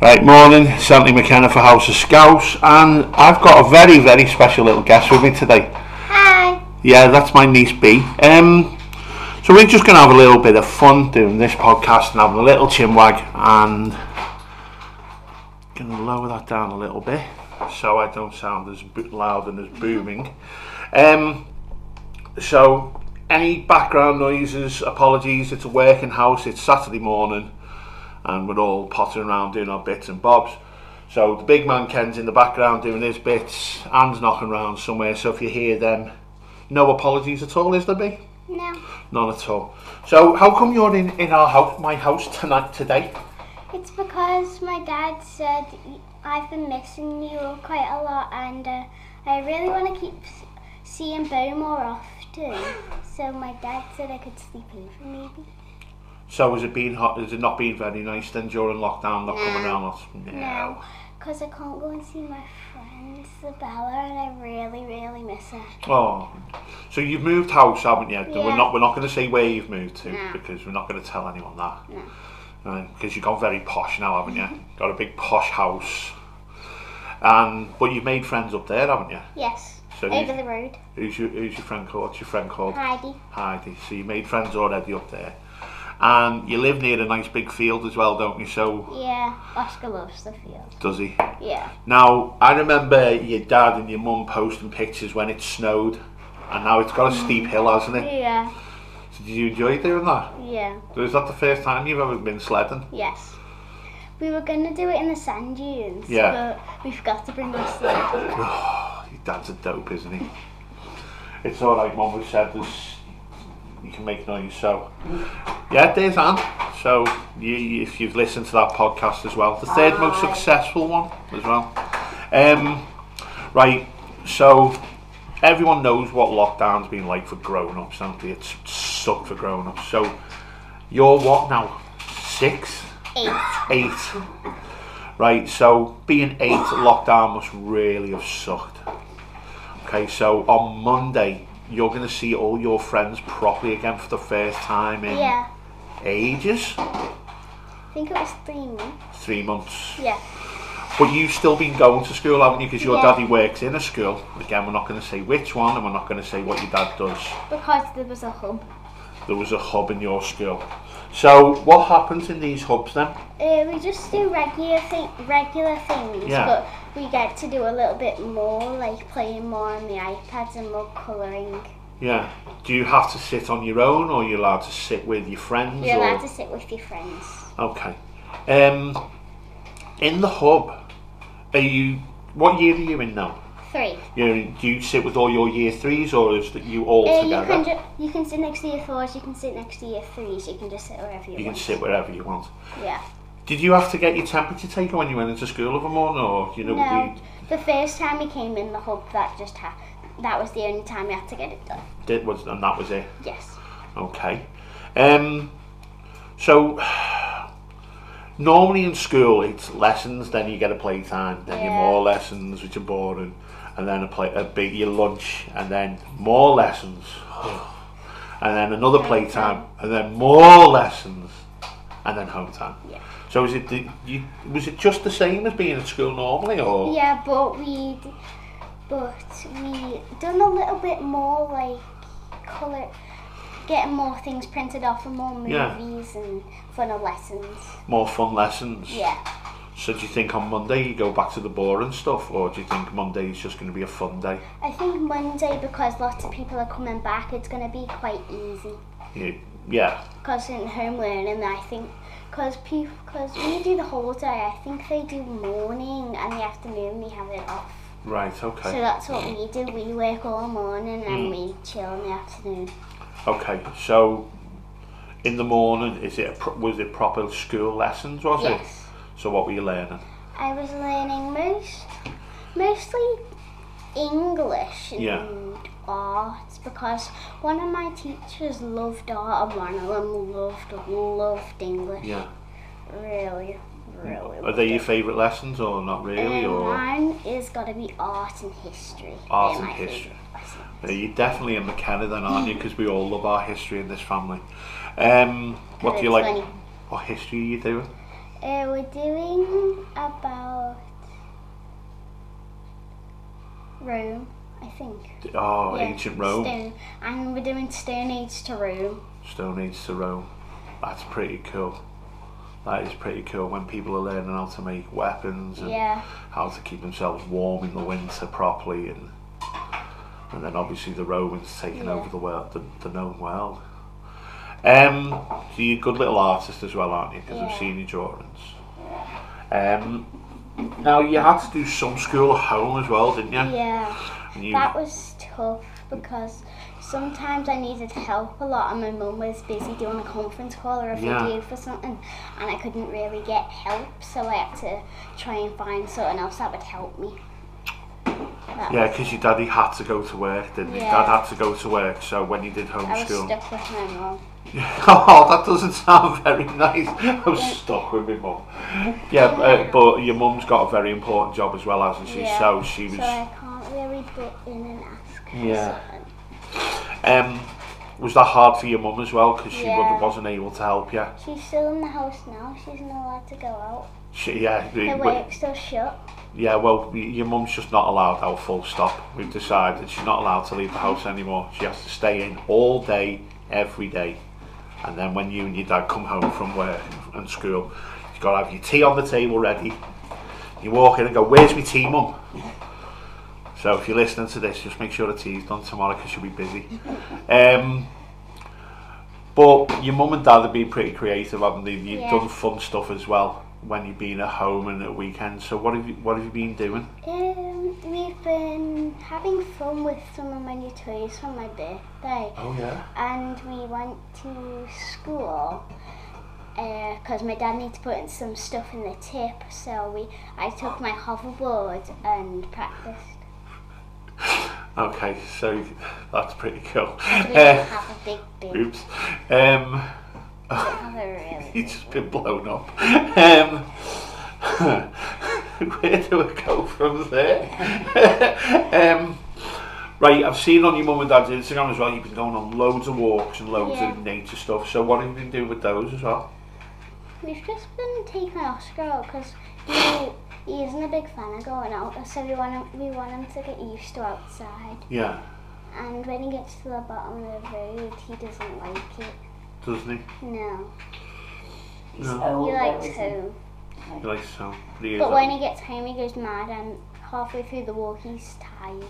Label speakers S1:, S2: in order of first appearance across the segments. S1: Right, morning, Santi McKenna for House of Scouse, and I've got a very, very special little guest with me today.
S2: Hi.
S1: Yeah, that's my niece B. Um, so we're just going to have a little bit of fun doing this podcast and having a little chinwag, and going to lower that down a little bit so I don't sound as bo- loud and as booming. Um, so any background noises, apologies. It's a working house. It's Saturday morning, and we're all pottering around doing our bits and bobs. So the big man Ken's in the background doing his bits. Anne's knocking around somewhere. So if you hear them, no apologies at all. Is there be?
S2: No.
S1: None at all. So how come you're in, in our house, my house tonight today?
S2: It's because my dad said y- I've been missing you quite a lot and uh, I really want to keep s- seeing Bo more often. So my dad said I could sleep over maybe.
S1: So has it been hot? Has it not been very nice then during lockdown? Not coming around? lots-
S2: No. Because I can't go and see my friends, Bella, and I really, really miss her.
S1: Oh, so you've moved house, haven't you? We're
S2: Yeah.
S1: not we're not going to say where you've moved to
S2: No.
S1: because we're not going to tell anyone that. Because you've gone very posh now, haven't you?
S2: Mm-hmm.
S1: Got a big posh house, and but you've made friends up there, haven't you?
S2: Yes.
S1: So
S2: over
S1: you-
S2: the road.
S1: Who's your Who's your friend called? What's your friend called?
S2: Heidi.
S1: Heidi. So you made friends already up there, and you live near a nice big field as well, don't you? So
S2: Yeah. Oscar loves the field.
S1: does he?
S2: Yeah.
S1: Now, I remember your dad and your mum posting pictures when it snowed, and now it's got a steep hill, hasn't it?
S2: Mm-hmm. Yeah.
S1: So did you enjoy doing that?
S2: Yeah.
S1: So Is that the first time you've ever been sledding?
S2: Yes. We were going to do it in the sand dunes,
S1: Yeah.
S2: but we forgot to bring our sled.
S1: Your dad's a dope, isn't he? It's all right, Mum. We said this. You can make noise, so yeah, there's Anne. So you, you- if you've listened to that podcast as well, the third most successful one as well. Um, right. So everyone knows what lockdown's been like for grown-ups, haven't they? It's sucked for grown-ups. So you're what now? Six,
S2: Eight.
S1: eight. Right, so being eight, lockdown must really have sucked. Okay, so on Monday, you're going to see all your friends properly again for the first time in
S2: Yeah.
S1: ages.
S2: I think it was three months.
S1: Three months.
S2: Yeah.
S1: But you've still been going to school, haven't you? Because your
S2: Yeah.
S1: daddy works in a school. Again, we're not going to say which one and we're not going to say what your dad does.
S2: Because there was a hub.
S1: There was a hub in your school. So, what happens in these hubs then?
S2: Uh, we just do regular thi- regular things,
S1: Yeah.
S2: but we get to do a little bit more, like playing more on the iPads and more colouring.
S1: Yeah. Do you have to sit on your own or are you allowed to sit with your friends?
S2: You're
S1: or...
S2: allowed to sit with your friends.
S1: Okay. Um, in the hub, are you? What year are you in now?
S2: Three.
S1: You're in, do you sit with all your year threes, or is that you all
S2: Uh, you
S1: together?
S2: can ju- you can sit next to your fours, you can sit next to your threes, you can just sit wherever you,
S1: you can
S2: want.
S1: sit wherever you want.
S2: Yeah.
S1: Did you have to get your temperature taken when you went into school of a morning, or you know?
S2: No,
S1: You,
S2: the first time we came in the hub, that just ha- that was the only time we had to get it done.
S1: did was and that was it.
S2: Yes.
S1: Okay. Um, so normally in school it's lessons, then you get a playtime, then you
S2: Yeah.
S1: more lessons, which are boring, and then a play a big your lunch, and then more lessons, and then another playtime, and then more lessons, and then home time.
S2: Yeah.
S1: So is it the, you, was it just the same as being at school normally, or
S2: Yeah, but we, d- but we done a little bit more like color, getting more things printed off and more
S1: Yeah.
S2: movies and funner lessons.
S1: more fun lessons?
S2: Yeah.
S1: So do you think on Monday you go back to the boring stuff, or do you think Monday is just going to be a fun day?
S2: I think Monday because lots of people are coming back, it's gonna be quite easy.
S1: You, yeah.
S2: Cause in home learning, I think, cause people, cause when you do the whole day, I think they do morning and the afternoon. We have it off.
S1: Right, okay.
S2: So that's what we do. We work all morning
S1: Mm.
S2: and we chill in the afternoon.
S1: okay, so in the morning, is it a pro- was it proper school lessons, was
S2: Yes.
S1: it? So what were you learning?
S2: I was learning most, mostly English and
S1: Yeah.
S2: art because one of my teachers loved art and one of them loved loved English.
S1: Yeah.
S2: Really, really.
S1: Are they your favourite lessons or not really?
S2: Um,
S1: or
S2: mine is got to be art and history.
S1: Art
S2: They're
S1: and
S2: my
S1: history.
S2: favourite lessons.
S1: Yeah, you're definitely a McKenna then, aren't you? Because we all love our history in this family. Um, what do you
S2: It's
S1: like?
S2: funny.
S1: What history are you doing?
S2: Uh, we're doing about Rome, I think.
S1: Oh,
S2: Yeah,
S1: ancient Rome.
S2: Stone. And we're doing Stone Age to Rome.
S1: Stone Age to Rome. That's pretty cool. That is pretty cool when people are learning how to make weapons and
S2: Yeah.
S1: how to keep themselves warm in the winter properly, and and then obviously the Romans taking
S2: Yeah.
S1: over the world, the, the known world. Um, so you're a good little artist as well, aren't you? Because
S2: Yeah.
S1: I've seen your drawings. Um, now you had to do some school at home as well, didn't you?
S2: Yeah.
S1: And you
S2: That was tough because sometimes I needed help a lot, and my mum was busy doing a conference call or a
S1: Yeah.
S2: video for something, and I couldn't really get help, so I had to try and find someone else that would help me. That
S1: yeah, because your daddy had to go to work, didn't he?
S2: Yeah.
S1: Dad had to go to work, so when he did
S2: I was
S1: homeschool,
S2: stuck with my mum.
S1: Oh, that doesn't sound very nice. I'm stuck with my mum. Yeah, uh, but your mum's got a very important job as well, hasn't she?
S2: Yeah.
S1: So she
S2: So
S1: was.
S2: I can't really go in and ask her
S1: Yeah.
S2: something.
S1: Um, was that hard for your mum as well? Because she
S2: Yeah.
S1: wa- wasn't able to help you.
S2: She's still in the house now, she's not allowed to go out.
S1: She, yeah, the-
S2: Her
S1: we-
S2: work's still shut.
S1: yeah. Well, y- your mum's just not allowed out. Full stop. We've decided she's not allowed to leave the house anymore. She has to stay in all day, every day, and then when you and your dad come home from work and school, you've got to have your tea on the table ready. You walk in and go, "Where's my tea, mum?" So if you're listening to this, just make sure the tea's done tomorrow because you'll be busy. Um, but your mum and dad have been pretty creative, haven't they? You've
S2: Yeah.
S1: done fun stuff as well when you've been at home and at weekends. So what have you what have you been doing?
S2: Um, we've been having fun with some of my new toys for my birthday,
S1: Oh yeah.
S2: and we went to school because my dad needs to put in some stuff in the tip. So we, I took my hoverboard and practiced.
S1: Okay, so that's pretty cool.
S2: We didn't
S1: Uh,
S2: have a big big
S1: oops. Um,
S2: hover really.
S1: He's just been blown up. Um, where do I go from there? um, right, I've seen on your mum and dad's Instagram as well, you've been going on loads of walks and loads
S2: Yeah.
S1: of nature stuff. So what have you been doing with those as well?
S2: We've just been taking Oscar out because he, he isn't a big fan of going out, so we want him, we want him to get used to outside.
S1: Yeah,
S2: And when he gets to the bottom of the road, he doesn't like it.
S1: doesn't
S2: No,
S3: He's
S1: No.
S3: old
S2: he
S3: though,
S2: likes
S3: isn't he?
S2: home.
S1: he? He likes so. He is
S2: um, But
S1: a-
S2: when he gets home, he goes mad, and halfway through the walk, he's tired.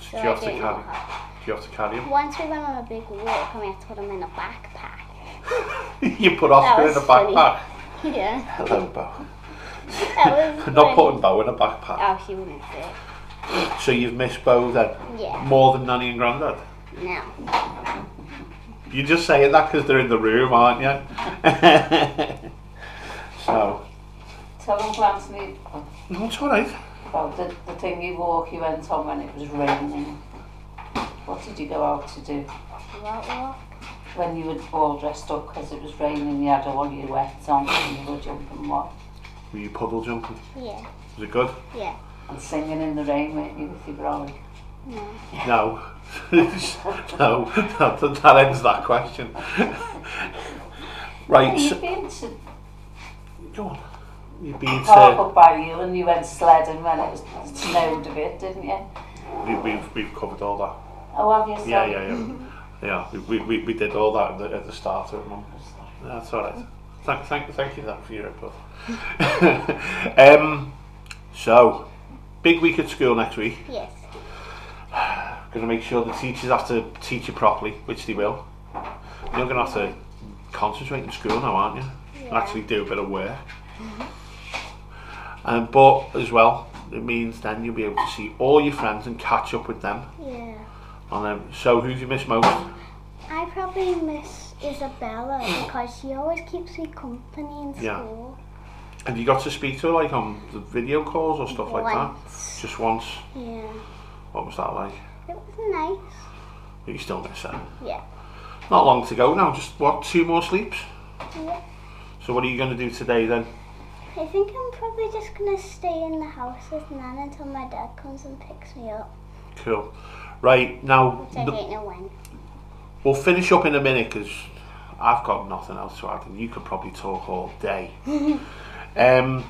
S2: So
S1: do,
S2: I
S1: you have to
S2: don't know
S1: carry,
S2: how.
S1: do you have to carry him?
S2: Once we went on a big walk, and we had to put him in a backpack.
S1: you put Oscar in
S2: was
S1: a
S2: funny.
S1: backpack.
S2: Yeah,
S1: Hello, Bo.
S2: that was.
S1: I'm not
S2: funny.
S1: putting Bo in a backpack.
S2: Oh, he wouldn't do it.
S1: So you've missed Bo then?
S2: Yeah.
S1: More than Nanny and Grandad?
S2: No.
S1: You're just saying that because they're in the room, aren't you? so,
S3: Tell him, Glance, me
S1: no, it's all right.
S3: about the, the thing you walk you went on when it was raining. What did you go out to do?
S2: What walk?
S3: When you were all dressed up because it was raining, you had all your wets on and you were jumping what?
S1: Were you puddle jumping?
S2: Yeah,
S1: Was it good?
S2: yeah.
S3: And singing in the rain, weren't you, with your brolly?
S2: No.
S1: No. no, that, that ends that question. right,
S3: You've
S1: so,
S3: been to
S1: go on. You've been
S3: park
S1: to,
S3: up by you and you went sledding when it was snowed a bit, didn't you?
S1: we, we've, we've covered all that.
S3: Oh, have you? Sorry.
S1: Yeah, yeah, yeah. Yeah, we, we, we, we did all that at the, at the start of it, Mum. That's all right. Thank, thank, thank you that for your input. um, so, big week at school next week.
S2: Yes.
S1: going to make sure the teachers have to teach you properly, which they will. You're going to have to concentrate in school now, aren't you? And
S2: Yeah.
S1: Actually do a bit of work. Mm-hmm. Um, but as well, it means then you'll be able to see all your friends and catch up with them.
S2: Yeah.
S1: And um, so, who've you missed most?
S2: I probably miss Isabella because she always keeps me company in
S1: Yeah.
S2: school.
S1: Have you got to speak to her like on the video calls or stuff like that?
S2: Once.
S1: Just once.
S2: Yeah.
S1: What was that like?
S2: It was nice.
S1: But you still miss her.
S2: Yeah.
S1: Not long to go now. Just what? Two more sleeps.
S2: Yeah.
S1: So what are you going to do today then?
S2: I think I'm probably just gonna stay in the house with Nan until my dad comes and picks me up,
S1: Cool. Right now.
S2: which I
S1: the-
S2: don't know when.
S1: We'll finish up in a minute because I've got nothing else to add, and you could probably talk all day. um,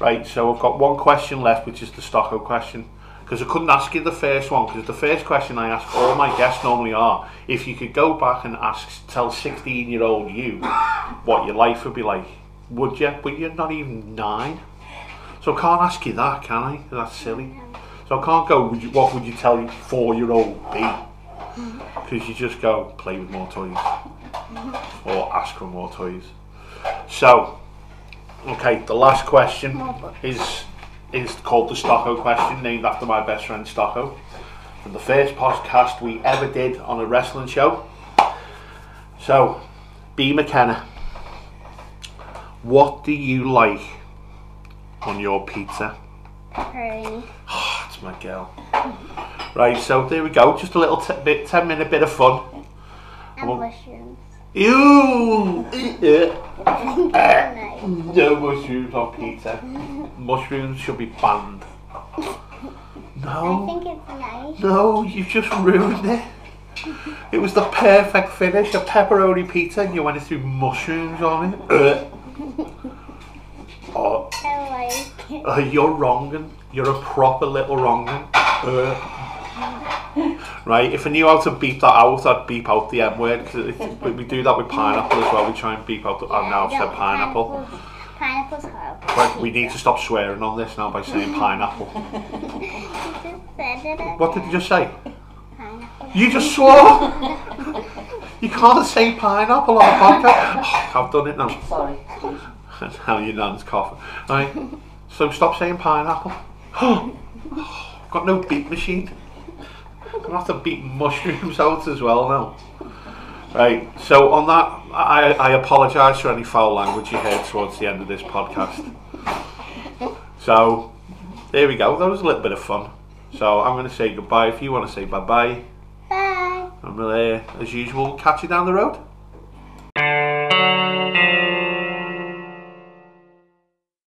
S1: right, so I've got one question left, which is the Stocko question. Because I couldn't ask you the first one, because the first question I ask all my guests normally are if you could go back and ask, tell 16 year old you what your life would be like, would you? But you're not even nine. So I can't ask you that, can I? That's silly. So I can't go, would you, what would you tell your four year old be? Because you just go, play with more toys. Or ask for more toys. So, okay, the last question is is called the Stocko question, named after my best friend Stocko. From the first podcast we ever did on a wrestling show. So, B McKenna, what do you like on your pizza?
S2: Pepperoni.
S1: That's my girl. Right, so there we go. Just a little t- bit, ten minute bit of fun.
S2: And
S1: Well-
S2: mushrooms.
S1: Ew! Eh,
S2: Nice.
S1: eh. no mushrooms on pizza. Mushrooms should be banned.
S2: I
S1: No,
S2: think it's nice.
S1: no, you just ruined it. It was the perfect finish, a pepperoni pizza, and you went and threw mushrooms on it. Eh. Oh,
S2: I like it.
S1: Uh, you're wronging. You're a proper little wronging. Uh. Right, if I knew how to beep that out, I'd beep out the M word. 'cause it's- we- we do that with pineapple as well. We try and beep out. The, oh, now I've
S2: Yeah,
S1: said pineapple.
S2: pineapple's- Pineapple's horrible.
S1: Right, we need to stop swearing on this now by saying pineapple.
S2: You just said it.
S1: What did you just say?
S2: Pineapple.
S1: You just swore. You can't say pineapple on a podcast. Oh, I've done it now.
S3: Sorry, excuse me.
S1: Now your nan's coughing. Right, so stop saying pineapple. Got no beat machine. I'm gonna have to beat mushrooms out as well now. Right, so on that, I, I apologise for any foul language you heard towards the end of this podcast. So, there we go. That was a little bit of fun. So, I'm going to say goodbye. If you want to say bye bye,
S2: Bye.
S1: and we'll, uh, as usual, catch you down the road.